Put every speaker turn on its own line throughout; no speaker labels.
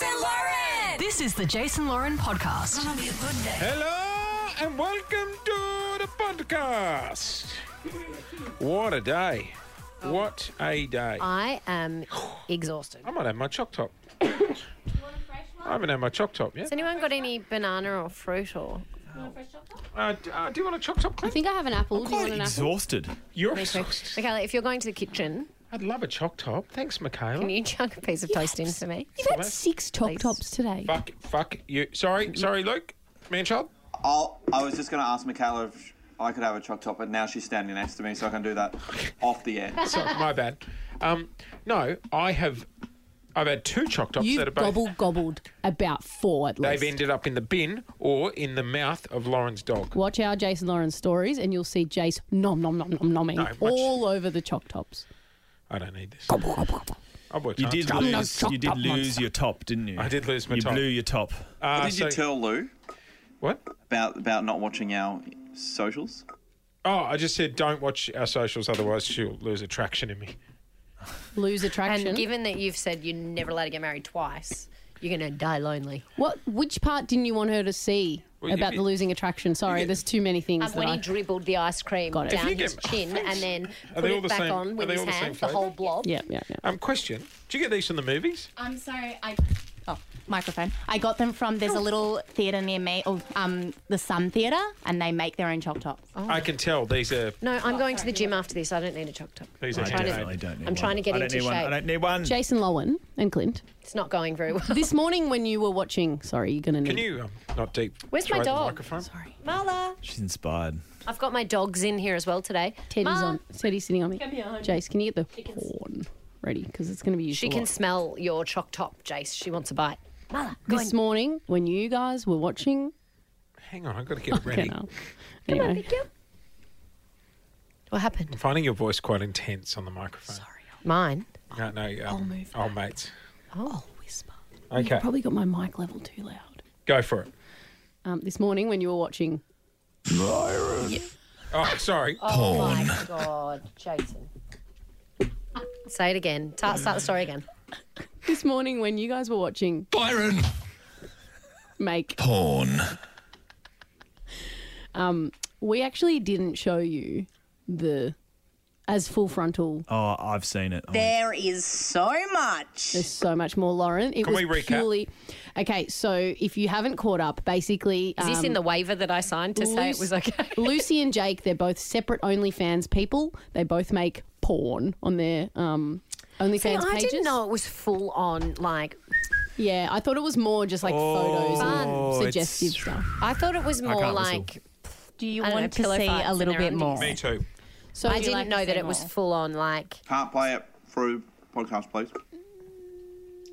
and Lauren.
This is the Jason Lauren podcast.
It'll be a good day.
Hello and welcome to the podcast. What a day. What a day. I
I am exhausted. Has
might have my choc top. I haven't had my choc top yet.
anyone got any banana or fruit or?
Uh, d- uh, do you want a choc top,
I
Clint?
think I have an apple. Do you want
quite
an apple?
exhausted.
You're
Okay,
exhausted.
Michaela, if you're going to the kitchen,
I'd love a choc top. Thanks, Michaela.
can you chuck a piece of toast in for me?
You've had six top tops today.
Fuck, fuck you. Sorry, sorry, Luke. Manchild.
I'll, I was just going to ask Michaela if I could have a choc top, but now she's standing next to me, so I can do that off the air.
Sorry, my bad. Um, no, I have. I've had two choc tops
You've
that are both.
gobble gobbled about four at least.
They've ended up in the bin or in the mouth of Lauren's dog.
Watch our Jason Lauren stories, and you'll see Jace nom nom nom nom nomming
No, watch-
all over the choc tops.
I don't need this. I've worked
You
hard.
did
I'm not
lose.
shocked
You did
up,
lose
monster.
your top, didn't you?
I did lose my
you
top.
You blew your top.
Uh,
Did you
so-
tell Lou
What?
about about not watching our socials?
Oh, I just said don't watch our socials, otherwise she'll lose attraction in me.
Lose attraction.
And given that you've said you're never allowed to get married twice, you're going to die lonely.
what? Which part didn't you want her to see
Well, if
about
you-
the losing attraction? Sorry, there's too many things
Um,
that
when
I.
he dribbled the ice cream
Got it. If
down
you
his
get-
chin and then
Are
put
they all
it
the
back
same-
on
are
with
they
his
all the
hand,
same
the whole blob.
yeah, yeah, yeah.
Um, question: Do you get these from the movies?
I'm sorry, I. Oh, microphone. I got them from, there's a little theatre near me, oh, um, the Sun Theatre, and they make their own choc tops.
Oh.
I can tell these are
No, I'm going to the gym after this. I don't need a choc top.
these are.
I
handmade.
definitely don't need
I'm trying
one.
to get
I don't
into
need one.
shape.
I don't need one.
Jason Lowen and Clint.
It's not going very well.
This morning when you were watching, sorry, you're gonna need.
Can you? Um, not deep.
Where's
throat
my
the
dog?
microphone?
Marla,
She's inspired.
I've got my dogs in here as well today.
Teddy's
Ma,
on. Teddy's sitting on me. Jace, can you get the horn ready? Because it's gonna be used.
She
a
can
lot.
smell your choc top, Jace. She wants a bite.
this morning when you guys were watching.
Hang on, I've got to get it
Okay,
ready.
now. Anyway,
What happened?
I'm finding your voice quite intense on the microphone.
Mine.
No, no. Um, I'll move. Oh, mate.
I'll whisper.
Okay,
Probably got my mic level too loud.
go for it.
Um, this morning when you were watching,
Oh, sorry.
Oh my god, Jason. Say it again. Ta- start the story again.
this morning when you guys were watching
Byron
Make,
Porn.
we actually didn't show you the as full frontal.
Oh, I've seen it. Oh,
There is so much.
There's so much more, Lauren. It
Can
was
we recap?
purely okay. So if you haven't caught up, basically, uh,
Is this in the waiver that I signed to say it was okay?
Lucy and Jake, they're both separate OnlyFans people. They both make porn on their um, OnlyFans
I
pages.
didn't know it was full on. Like
Yeah, I thought it was more just like photos
Oh,
and suggestive
it's-
stuff.
I thought it was more
can't whistle.
like
Do you
I don't
want
know,
to
pillow
see
fights
a
and
little
their
bit
own
more?
Me too.
So
I
you
didn't
like-
know that
see
it was
more?
full on. Like
Can't play it through podcast, please.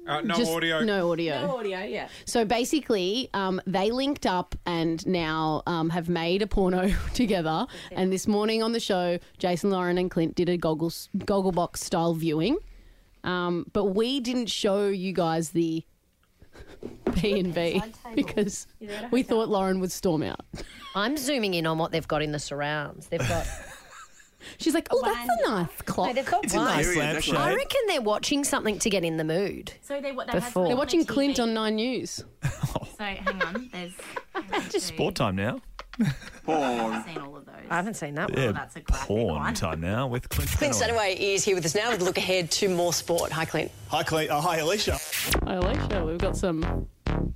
Uh, no
just
audio.
No audio. No audio. Yeah. So basically, um, they linked up and now um, have made a porno together. And this morning on the show, Jason Lauren and Clint did a goggles goggle box style viewing. Um, but we didn't show you guys the P and B because we thought Lauren would storm out.
I'm zooming in on what they've got in the surrounds. They've got.
She's like, "Oh, that's a nice
no,
clock."
they've got
It's
one.
hilarious,
slap
actually.
shot.
I reckon they're watching something to get in the mood.
So they, what, they
Before.
They're watching Clint on Nine News.
So hang on, there's.
it's sport time now.
Porn.
seen all of those.
I haven't seen that one.
Yeah,
that's a classic
porn
one.
time now with Clint.
Clint
Fenaway.
Sunway is here with us now with a look ahead to more sport. Hi, Clint.
Hi, Clint. Oh, hi, Alicia.
Oh, Alicia, we've got some.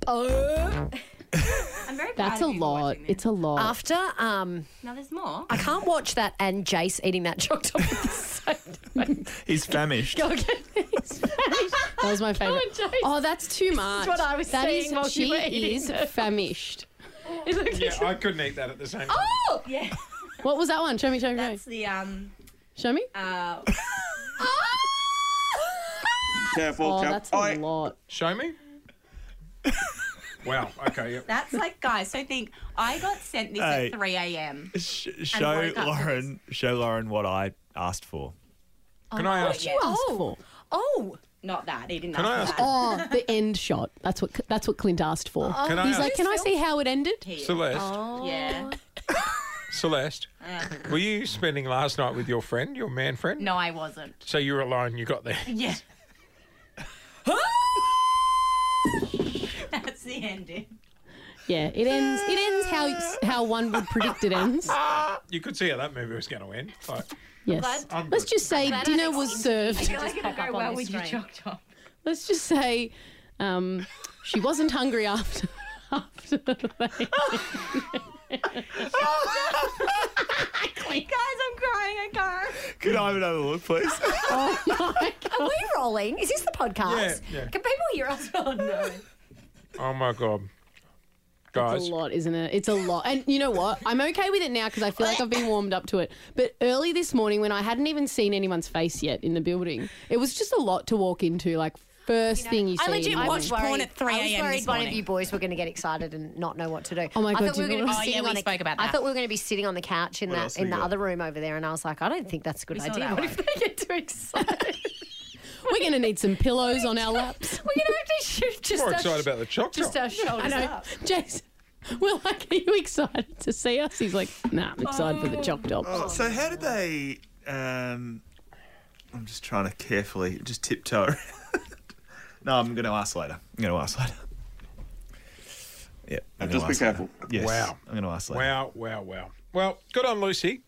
Uh. I'm very proud
That's a
of you for
lot.
watching them.
It's a lot.
After um,
Now there's more.
I can't watch that and Jace eating that choc top. at the same time.
He's famished.
Go again.
That was my favorite.
Jason.
oh, that's too much.
what I was
That is-
saying while
she
you were eating
is famished.
Yeah, I couldn't eat that at the same time.
Yeah.
What was that one? Show me, show me, show me.
That's the, um.
Show me.
Uh,
Careful,
Oh,
careful.
that's a
Oi.
lot.
Show me. wow. Okay. Yep.
that's like, guys, so think, I got sent this
Hey.
at 3 a.m.
Sh- show
woke up for
Lauren. Show Lauren what I asked for.
Can I ask?
Yeah.
Oh,
Oh! Not that. He didn't
Can I
ask
ask-
for that.
oh, the end shot. That's what that's what Clint asked for.
Oh,
Can I
He's
ask-
like, can I see how it ended?
Celeste,
Yeah.
Celeste, were you spending last night with your friend, your man friend?
No, I wasn't.
So you were alone. You got there.
Yeah.
That's the ending.
Yeah, it ends. It ends how how one would predict it ends.
You could see how that movie was going to end. Like,
Yes.
I'm
Let's
good.
just say
Glad I
dinner
didn't
was
see-
served.
It's not gonna go well with your choc top.
Let's just say um, she wasn't hungry after after the
Guys, I'm crying. I can't.
Could I have another look, please?
oh my God. Are we rolling? Is this the podcast?
Yeah, yeah.
Can people hear us? Oh no.
Oh my god,
It's
guys!
a lot, isn't it? It's a lot. And you know what? I'm okay with it now because I feel like I've been warmed up to it. But early this morning, when I hadn't even seen anyone's face yet in the building, it was just a lot to walk into. Like, first thing you see.
I legit
in the
watched
morning.
porn at 3 a.m.
this
one of
morning.
you boys were going to get excited and not know what to do.
Oh my
I
God,
thought we were
you
going
were?
to be
Oh, yeah,
sitting
we
on the,
spoke about
I
that.
thought we were going to be sitting on the couch in
What
that
else we
in the
got?
other room over there, and I was like, I don't think that's a good
We saw
idea.
that
What if they get too excited?
We're going to need some pillows on our laps.
we're going to have to shoot just
More
our
excited
sh-
about the choc
Just
top.
our shoulders
I know.
up.
Jason, we're like, are you excited to see us? He's like, nah, I'm excited for the choc top.
Oh, so how did they? Um, I'm just trying to carefully just tiptoe. around. no, I'm going to ask later. I'm going to ask later. Yeah, I'm gonna
Just be
ask later.
careful.
Yes,
Wow.
I'm going to ask later.
Wow, wow, wow. Well, good on Lucy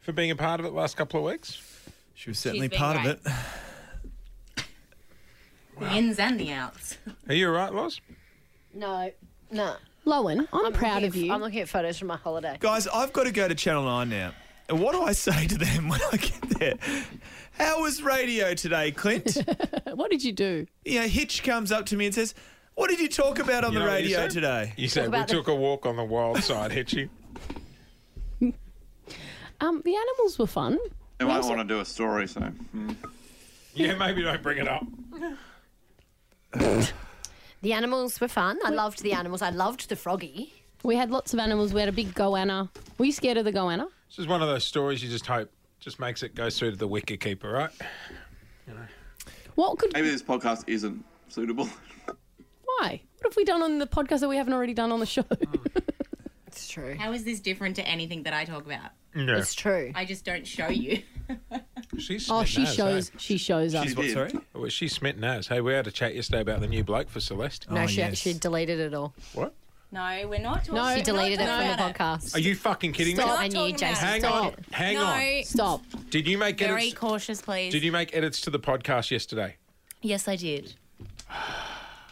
for being a part of it the last couple of weeks.
She was certainly part of it.
The ins and the outs.
Are you all right, Loz?
No, no.
Lowen, I'm,
proud of you. I'm looking at photos from my holiday.
Guys, I've got to go to Channel 9 now. And what do I say to them when I get there? How was radio today, Clint?
what did you do?
You know, Hitch comes up to me and says, What did you talk about on
You
the
know what you
radio
said?
today?
You said we took a walk on the wild side, Hitchy.
Um, the animals were fun.
They might want to do a story, so. mm.
Yeah, maybe don't bring it up.
The animals were fun. I loved the animals. I loved the froggy.
We had lots of animals. We had a big goanna. Were you scared of the goanna?
This is one of those stories you just hope just makes it goes through to the wicket keeper, right?
What could
Maybe this podcast isn't suitable.
Why? What have we done on the podcast that we haven't already done on the show?
It's true.
How is this different to anything that I talk about?
No. It's
true.
I just don't show you.
She's
oh,
smitten
she
as,
shows.
eh?
She shows us.
She's what, sorry? Oh, well, she's smitten as. Hey, we had a chat yesterday about the new bloke for Celeste.
Oh,
No, she she deleted it all.
What?
No, we're not talking
No, she deleted
we're
it
not
from the
talking about
podcast.
Are you fucking kidding
Stop.
me?
I knew, Jason.
Hang
stop.
on. Hang on.
Stop.
Did you make
Very
edits?
cautious, please.
Did you make edits to the podcast yesterday?
Yes, I did.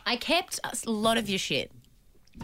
I kept a s- lot of your shit.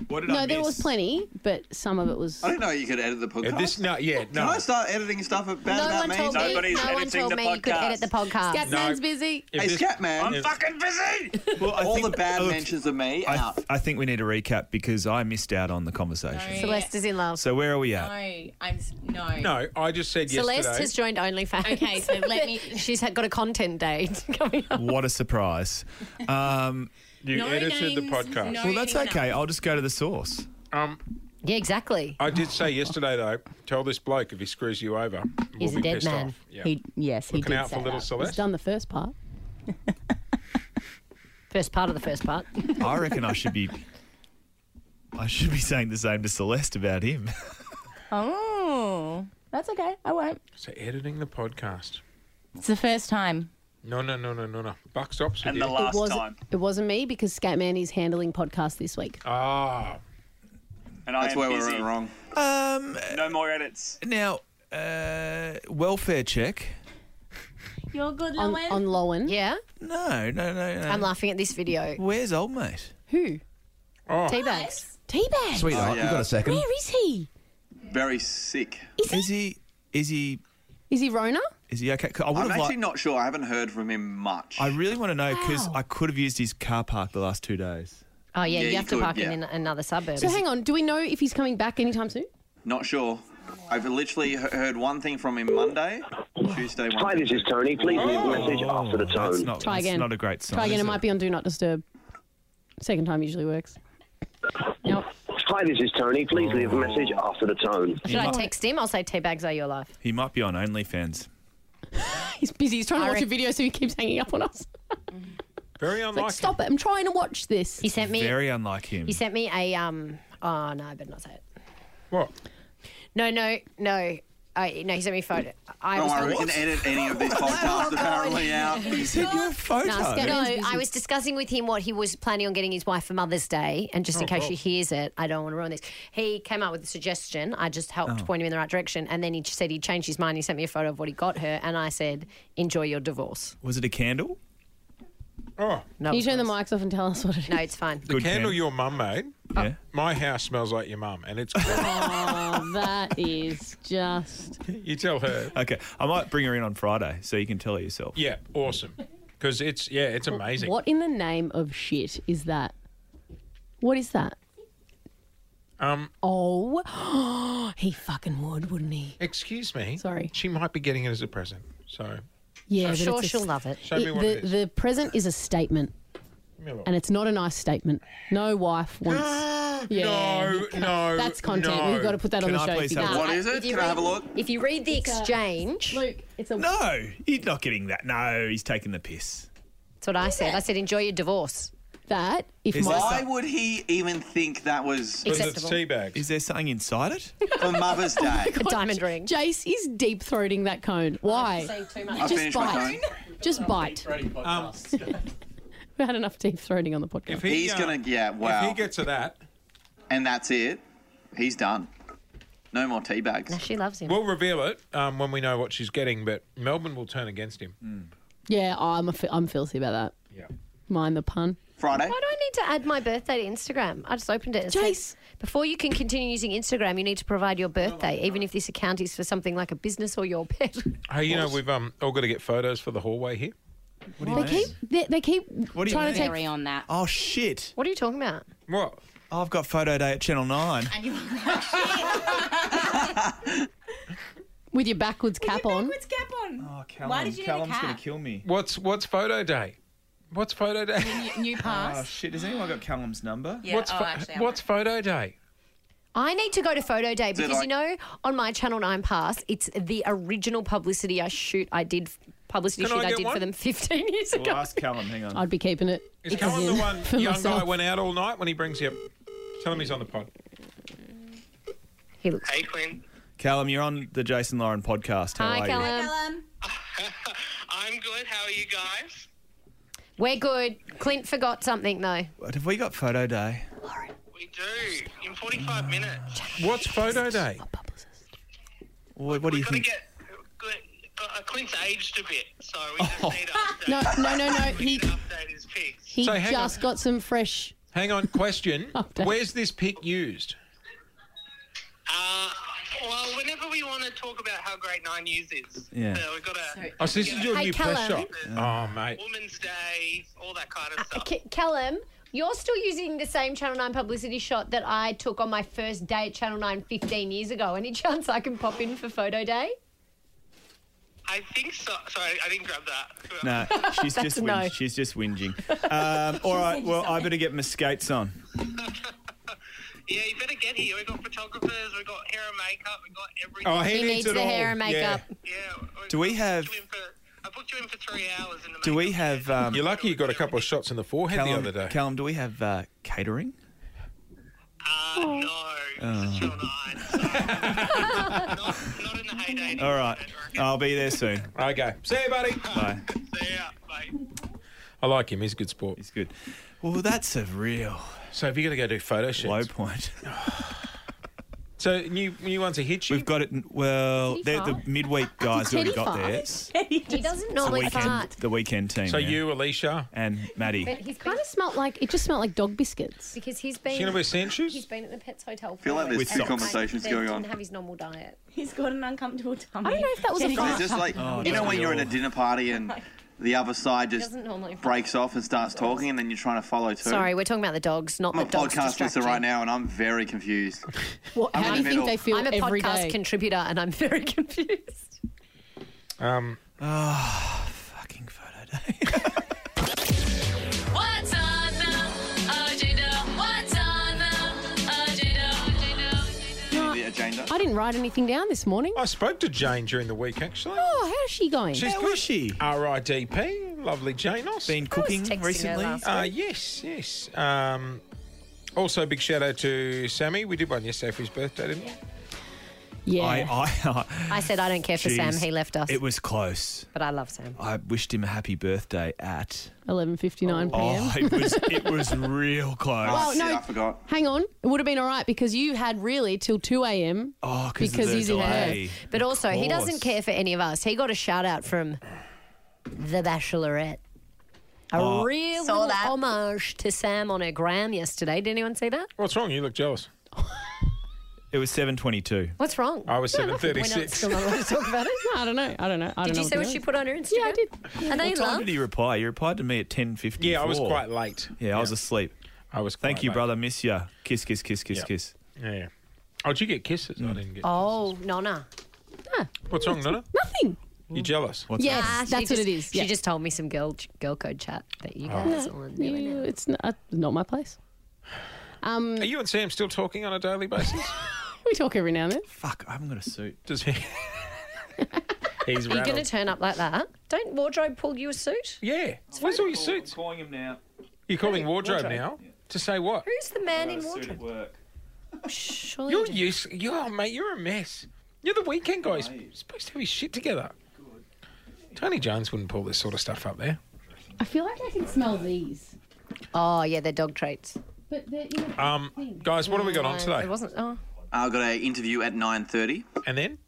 What
no, there was plenty, but some of it was.
I didn't know you could edit the podcast.
Uh, this- no, yeah,
Can I start editing stuff about
No
about
one
me?
told me. No one told me you could edit the podcast.
Scatman's busy.
Hey, Scatman. I'm fucking busy. All the bad
look,
mentions of me
I,
out.
I think we need a recap because I missed out on the conversation.
Celeste is in love.
So where are we at?
No, I'm s- no.
No, I just said
Celeste
yesterday.
has joined OnlyFans.
Okay, so let me-
She's had- got a content day coming up.
What a surprise. Um,
you
No
edited the
names,
podcast.
no
well, that's
anyone
okay. I'll just go to the source.
Um,
Yeah, exactly.
I did say yesterday though, tell this bloke if he screws you over, we'll
He's
be
a dead
pissed
man.
off. Yeah.
He, yes, he
Looking
did
out
say
for little
that.
He's
Celeste.
done the first part.
First part of the first part.
I reckon I should be. I should be saying the same to Celeste about him.
Oh, that's okay. I won't.
So editing the podcast.
It's the first time.
No, no, no, no, no, no. Buck stops with you.
it wasn't, It wasn't me because Scatman is handling podcast this week.
Ah.
And I
That's
am
where we
busy.
went wrong.
Um,
no more edits.
Now, uh, welfare check.
You're good,
On,
Lowen.
on Lowen.
Yeah.
No, no, no, no.
I'm laughing at this video.
Where's old mate?
Who?
Oh.
Teabags.
Teabag.
Oh,
Sweetheart,
yeah.
you've got a second.
Where is he?
Very sick.
Is he? Is he?
Is he Rona?
Is he okay? 'Cause I would
I'm
have
actually
liked.
not sure. I haven't heard from him much.
I really want to know because I could have used his car park the last two days.
Oh yeah,
Yeah,
you
you
have
could,
to park
yeah.
in an- another suburb.
So hang on. Do we know if he's coming back anytime soon?
Not sure. I've literally he- heard one thing from him Monday, Tuesday. One Hi,
this is Tony. Please leave a message after the tone.
Oh. That's not,
Try
that's
again.
not a great sign.
Try again.
is
It might be on Do Not Disturb. Second time usually works.
Hi, this is Tony. Please leave a message after the tone.
Should I text him? I'll say Teabags are you alive?
He might be on OnlyFans.
He's busy. He's trying to
I
watch a
reckon-
video, so he keeps hanging up on us.
Very
It's like,
unlikely.
stop it! I'm trying to watch this.
He sent me.
Very unlike him.
He sent me a um. Oh no, I better not say it.
What?
No, no, no. Oh, no, he sent me a photo. I
Don't
was
worry, we can edit any of these podcasts apparently out. He sent you a photo.
No, I was discussing with him what he was planning on getting his wife for Mother's Day, and just in
Oh,
case
cool.
she hears it, I don't want to ruin this. He came up with a suggestion. I just helped
Oh.
point him in the right direction, and then he said he changed his mind. He sent me a photo of what he got her, and I said, "Enjoy your divorce."
Was it a candle?
Oh,
Can you turn the mics off and tell us what it is?
No, it's fine.
The candle your mum made.
Yeah.
My house smells like your mum, and it's. good.
oh, that is just.
you tell her.
Okay, I might bring her in on Friday so you can tell her yourself.
Yeah, awesome. Because it's yeah, it's amazing.
What in the name of shit is that? What is that?
Um,
Oh, he fucking would, wouldn't he?
excuse me. Sorry. She might be getting it as a present. So
Yeah,
I'm
but
sure
it's a-
she'll love it. Show me what
the,
it is.
the present is a statement,
Yeah, well.
and it's not a nice statement. No wife wants. yeah,
No, no,
that's content.
no.
We've got to put that
Can
on the
I
show.
please
if you
have
can.
one? What is it?
Uh, If you
Can I have a
read-
look?
If you read the
It's a-
exchange,
Luke, it's a
No, he's not getting that. No, he's taking the piss.
That's what I said. I said, "Enjoy your divorce."
That if
Is my- that
Why would he even think that was
Was it Acceptable.
teabags?
Is there something inside it?
for Mother's
Oh
Day?
A diamond ring.
Jace is deep throating that cone. Why?
I
Just
finished my
bite. Just bite.
Um,
We had enough deep throating on the podcast.
If he,
he's
uh,
gonna, yeah, wow.
If he gets to that,
and that's it. He's done. No more tea bags.
she loves him.
we'll reveal it um, when we know what she's getting. But Melbourne will turn against him.
Mm. Yeah, I'm a, I'm filthy about that.
Yeah.
Mind the pun.
Friday.
Why do I need to add my birthday to Instagram? I just opened it. And said, Before you can continue using Instagram, you need to provide your birthday, even if this account is for something like a business or your pet.
Hey, you know we've um all got to get photos for the hallway here.
they keep they, they keep
What do you
trying
mean?
to take
Very
on that.
Oh shit!
What are you talking about?
What?
I've got photo day at Channel Nine.
with your backwards cap on.
What's cap on? Oh,
Callum,
Why did you
Callum's
need a
gonna
cap?
kill me.
What's what's photo day? What's photo day?
New, new pass.
Oh shit! Has anyone got Callum's number?
Yeah,
what's
oh,
pho-
actually, I'm
what's photo day?
I need to go to photo day
it
because you know on my Channel Nine Pass, it's the original publicity I shoot. I did publicity
Can I
shoot I,
get
did
one?
for them 15 years
We'll
ago.
ask Callum. Hang on.
I'd be keeping it.
Is
because
Callum the
in-
one
for
young guy
myself.
went out all night when he brings you? up? Tell him he's on the pod.
He looks.
Hey, Quinn.
Callum, you're on the Jason Lauren podcast. How are you?
Callum.
I'm good. How are you guys?
We're good. Clint forgot something though.
What have we got photo day?
We do. In
Mm.
45 minutes.
What's photo day?
What, what do you think?
Uh, Clint's aged a bit, so we
Oh.
just need to update.
No, no, no, no. He
We need to update his pics.
he
So hang on.
just got some fresh.
Hang on, question.
Update.
Where's this pic used?
Uh, well, whenever we want to talk about how great nine years is,
Yeah.
so we've got to.
Oh, so this is your
Hey,
new press
Callum.
shot. Oh, mate.
Women's Day, all that kind
Uh,
of stuff.
K- Callum, you're still using the same Channel 9 publicity shot that I took on my first day at Channel 9 15 years ago. Any chance I can pop in for photo day?
I think so. Sorry, I didn't grab that.
No, she's
That's
just
a
whin-
no.
she's just whinging. Um, all right, well, I better get my skates on.
Yeah, you better get here. We've got photographers, we've got hair and makeup, we've got everything.
Oh, he He needs needs it the hair all. and
makeup.
Do we have? Do we have? Um,
You're lucky you got a couple of shots in the forehead the
Callum,
other day.
Callum, do we have uh, catering? Uh, no. All right, I'll be there soon.
Okay. See you, buddy.
Bye.
I like him. He's a good sport.
He's good. Well, that's a real
So if you're going to go do photo shoots,
low point.
so new new ones are hit you.
We've got it. Well,
Did he
they're the
fart?
midweek guys
Did
who
Teddy
got
fart?
theirs.
He doesn't
The
normally
weekend,
fart.
the weekend team.
So
yeah.
you, Alicia,
and Maddie.
But he's
Kind of smelled like it. Just smelled like dog biscuits.
Because he's been.
She gonna wear sand shoes?
He's been at the Pets Hotel. For
feel like
weeks,
there's
and
two
I
conversations
think
going on.
Didn't have his normal diet.
He's got an uncomfortable tummy.
I don't know if that was a
It's just like you know when you're at a dinner party and the other side
He
just
doesn't normally.
breaks off and starts talking, and then you're trying to follow too.
Sorry, we're talking about the dogs, not
I'm a
the dogs.
podcast
distract
listener
you.
right now, and I'm very confused.
What,
I'm
how
in
do
the
you think
middle.
they feel
I'm a
every
podcast
day?
contributor, and I'm very confused.
Um,
What's on the agenda? What's on the agenda?
the agenda.
I didn't write anything down this morning.
I spoke to Jane during the week actually.
Oh, how's she going?
She's
How
good.
is she?
R.I.D.P. Lovely Janos.
Been cooking
texting her
recently?
last
Uh, yes, yes. Um, also, big shout out to Sammy. We did one yesterday for his birthday, didn't we?
Yeah.
I, I,
I said I don't care for Sam.
Jeez.
He left us.
It was close.
But I love Sam.
I wished him a happy birthday at.
11:59
Oh,
p.m.
it was it was real close.
Well, no,
forgot.
Uh,
Hang on, it would have been all right because you had really till 2 a.m.
Oh,
because he's in her.
But also, he doesn't care for any of us. He got a shout out from The Bachelorette. A
Oh.
real
Saw that.
homage to Sam on her gram yesterday. Did anyone see that?
What's wrong? You look jealous.
It was seven twenty-two.
What's wrong?
I was
No, nothing. We're not
7:36.
still not allowed to talk about it.
I don't know. I don't know. I
did
don't know
you
what
see
the
what
other-
she put on her Instagram? Yeah, I did. And they
What time
love.
did he reply? He replied to me at ten fifty.
Yeah, I was quite late.
Yeah, I was asleep.
I was.
Thank
quite
you,
late.
brother. Miss you. Kiss, kiss, kiss, kiss,
Yeah.
kiss.
Yeah. yeah. Oh, did you get kisses? I didn't get.
Oh, Nonna.
What's wrong, Nana?
Nothing.
You jealous?
Yes,
Ah, she
that's what
just-
it is.
She
Yeah.
just told me some girl girl code chat that you guys
No,
all in there.
you- it's not, not my place. Um,
Are you and Sam still talking on a daily basis?
we talk every now and then.
Fuck, I haven't got a suit.
Does he? He's
Are you going to
rattled.
turn up like that? Don't wardrobe pull you a suit?
Yeah. Where's all your suits?
calling him now.
You're calling wardrobe, now
wardrobe.
to say what?
Who's the man in wardrobe?
work.
Surely
You're use. You are, mate. You're a mess. You're the weekend guy. He's supposed to have his shit together. Tony Jones wouldn't pull this sort of stuff up there.
I feel like I can smell these,
Oh yeah, they're dog traits.
but they're, you know,
Um, guys, what have we got on today?
It wasn't. Oh.
I've got an interview at 9.30.
And then?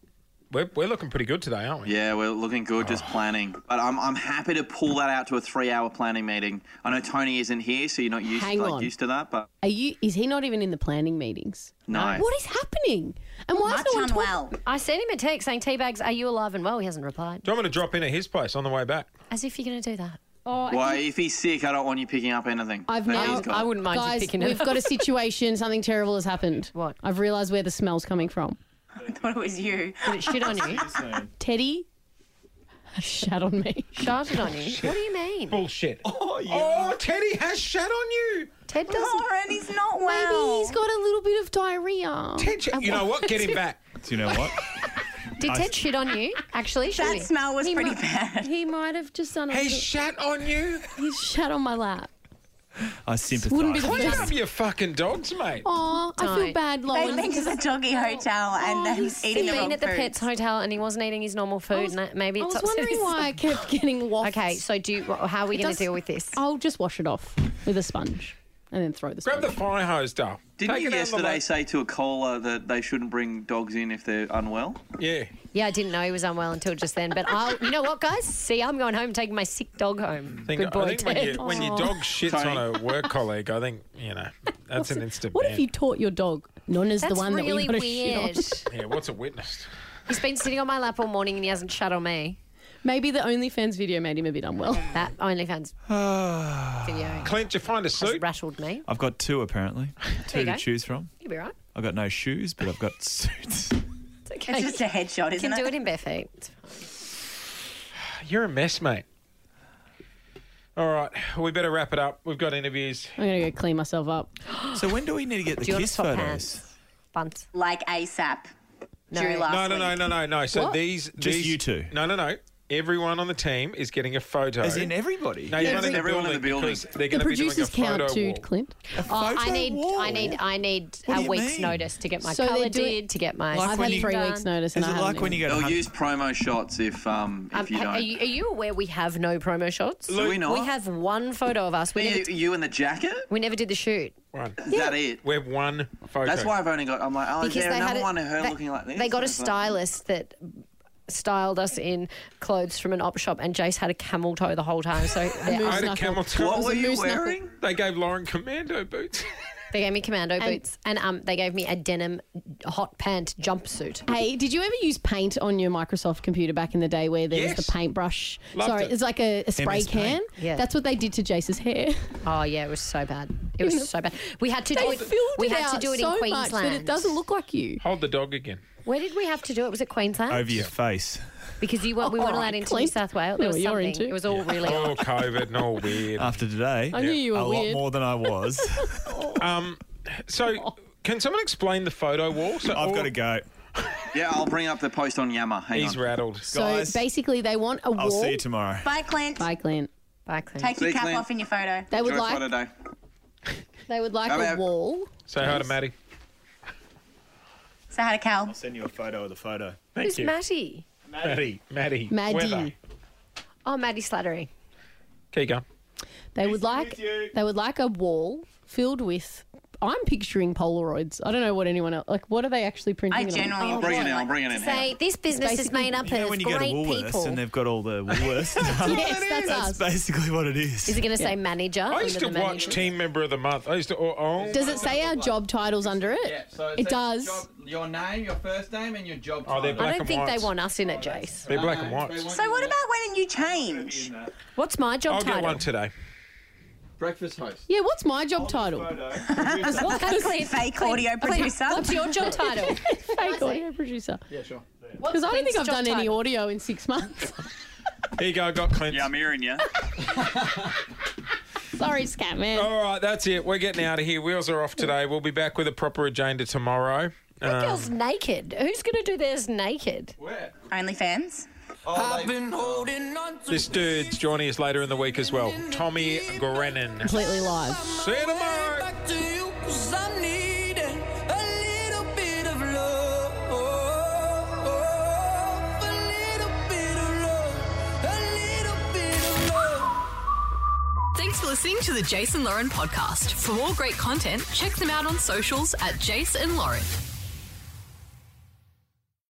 We're, we're looking pretty good today, aren't we?
Yeah, we're looking good, just planning. But I'm, I'm happy to pull that out to a three-hour planning meeting. I know Tony isn't here, so you're not used,
Hang
like,
on.
used to that, but
Are you? Is he not even in the planning meetings?
No.
What is happening? And why is no one talking?
I sent him a text saying, "Teabags, are you alive and well?" He hasn't replied.
Do you want me to drop in at his place on the way back?
As if you're going to do that. Oh,
why, if he's sick, I don't want you picking up anything.
I've
that
now.
he's got.
guys, We've got a situation. Something terrible has happened. What? I've realised where the smell's coming from.
I thought it was you.
Did it shit on you?
Teddy has shat on me.
Sharted on you. What do you mean?
Bullshit. Oh,
yeah.
Oh, Teddy has shat on you.
Ted doesn't.
Lauren, he's not
Maybe
well.
he's got a little bit of diarrhea.
Ted, you know what? Get him back.
Do you know what?
Did
I-
Ted shit on you? Actually,
That smell was pretty bad.
He might have just done a
Hey,
little-
shat on you.
He's shat on my lap.
I sympathise.
Wouldn't be the
Clean
first-
up your fucking dogs, mate.
Oh, I feel
Don't.
bad, Lauren.
They've been to the doggy hotel and then eating
He'd
the
been
wrong
at the
food.
pets hotel and he wasn't eating his normal food. and that- maybe
I
it's
was
upset
wondering
his-
why I kept getting wafts.
Okay, so do you, how are we
It
going
does-
to deal with this?
I'll just wash it off with a sponge and then throw the
Grab
sponge.
the fire hose, Dale.
Didn't
Take
you
it out of the
yesterday
way.
say to a caller that they shouldn't bring dogs in if they're unwell?
Yeah.
Yeah, I didn't know he was unwell until just then. But I'll, you know what, guys? See, I'm going home taking my sick dog home.
Think,
Good boy,
I think when,
Ted.
you, when your dog shits on a work colleague, I think, you know, that's an instant
What
ban.
have you taught your dog? Nonna's
That's
the one
really
that we got
weird.
to shit on.
Yeah, what's a witness?
He's been sitting on my lap all morning and he hasn't shut on me.
Maybe the OnlyFans video made him a bit unwell.
That OnlyFans video
Clint, did you find a
has
suit?
rattled me.
Ah. I've got two apparently. Two
you
to
go.
choose from.
You'll be right.
I've got no shoes, but I've got suits.
It's okay.
It's just a headshot,
you
isn't
can do
it?
it in bare feet.
You're a mess, mate. All right, we better wrap it up. We've got interviews.
I'm going to go clean myself up.
so when do we need to get the
Do you want
kiss
top
photos?
pants? Bunt.
Like ASAP. Drew last
No, no, no,
week.
no, no, no. So
What?
these
Just
these-
you two?
No, no, no. Everyone on the team is getting a photo.
As in everybody.
no, you're not in the
Everyone
building,
in the building.
because
The
they're going to be doing a
producers
photo
count too,
wall.
Clint.
Oh, I need, I need, I need
What
a
do you
week's
mean?
notice to get my
So they're
colour
doing-
did, to get my.
Like
I've
when
had
you-
three weeks' notice.
Is
And
it
I haven't
like when
even-
you go to
They'll
hunt-
use promo shots if um if
Um,
you
ha-
don't.
are, you, are you aware we have no promo shots?
Are we not?
We have one photo of us. We never,
you, you in the jacket?
we never did the shoot.
One.
Is that it?
We're one photo.
That's why I've only got. I'm like, oh, is
Because
there
they had
another
a-
one of her
they,
looking like this?
They got a
And it's like,
stylist that styled us in clothes from an op shop, and Jace had a camel toe the whole time. So
moose
they,
I had a
knuckle.
camel toe.
What
was
were
a
you
moose knuckle.
wearing?
They gave Lauren commando boots.
they gave me commando
And-
boots, and um, they gave me a denim hot pant jumpsuit.
Hey, did you ever use paint on your Microsoft computer back in the day where there
Yes.
was the paintbrush?
Loved
Sorry,
it.
it's like a, a spray
MS
can.
Paint.
Yeah.
That's what they did to Jace's hair.
Oh yeah, it was so bad. It was so bad. We had to do
They
it.
filled
We
it
had to
out
do it
so
in
much that it
Queensland.
doesn't look like you.
Hold the dog again.
Where did we have to do it? Was it Queensland?
over your face?
Because you weren't, we
Oh,
weren't
all
allowed
right,
into New
Clint.
South Wales.
Know
There was
what you're
something.
into.
It was all really odd.
Oh, COVID and all weird.
Uh,
After today,
I knew you were
a
weird.
lot more than I was.
Um, so can someone explain the photo wall? So
I've
all-
got to go.
Yeah, I'll bring up the post on Yammer. Hang
He's
on.
rattled.
So
Guys,
basically, they want a
I'll
wall.
see you tomorrow.
Bye, Clint.
Bye, Clint.
Bye, Clint.
Take your
See,
cap
Clint.
off in your photo.
They would
Enjoy
like.
Friday.
They would like
Have
a
a-
wall.
Say hi to Maddie.
So how to Cal?
I'll send you a photo of the photo.
Thank Who's you. Matty?
Maddie.
Maddie.
Maddie.
Weather.
Oh, Maddie Slattery.
Keep going.
They would like they would like a wall filled with. I'm picturing Polaroids. I don't know what anyone else like. What are they actually printing? it on?
I'll bring it in. I'll bring it in.
Say, this business is
Basically-
made up
You know when
of
When you go to
great
Woolworths
people.
and they've got all the Woolworths stuff.
Yes, that's us.
basically what it is.
Is it going to say manager?
I
under
used to
the
watch
manager?
Team Member of the Month. I used to. Oh, oh.
Does it say our job titles under it?
Yeah, so
it does.
your name, your first name, and your job.
Oh, they're
title.
black I don't and think they whites.
want us in it, Jace.
They're black and white.
So what about why don't you change?
What's my
I'll get one today.
Breakfast host.
Yeah, what's my job title?
What, Clint, fake audio producer?
what's your job title?
Fake audio producer.
Yeah, sure.
Because I don't think I've
Clint's
done
job
any
title?
audio in six months.
Here you go. I got Clint. Yeah,
I'm hearing you.
Sorry, Scatman.
All right, that's it. We're getting out of here. Wheels are off today. We'll be back with a proper agenda tomorrow. Um,
Girls naked. Who's going to do theirs naked?
Where?
OnlyFans.
I've been holding on.
this dude's joining us later in the week as well. Tommy Grennan.
Completely live.
See you tomorrow.
Back to you, 'cause I'm needing a little bit of love. A little bit of love. A little bit of love.
Thanks for listening to the Jason Lauren podcast. For more great content, check them out on socials at Jason Lauren.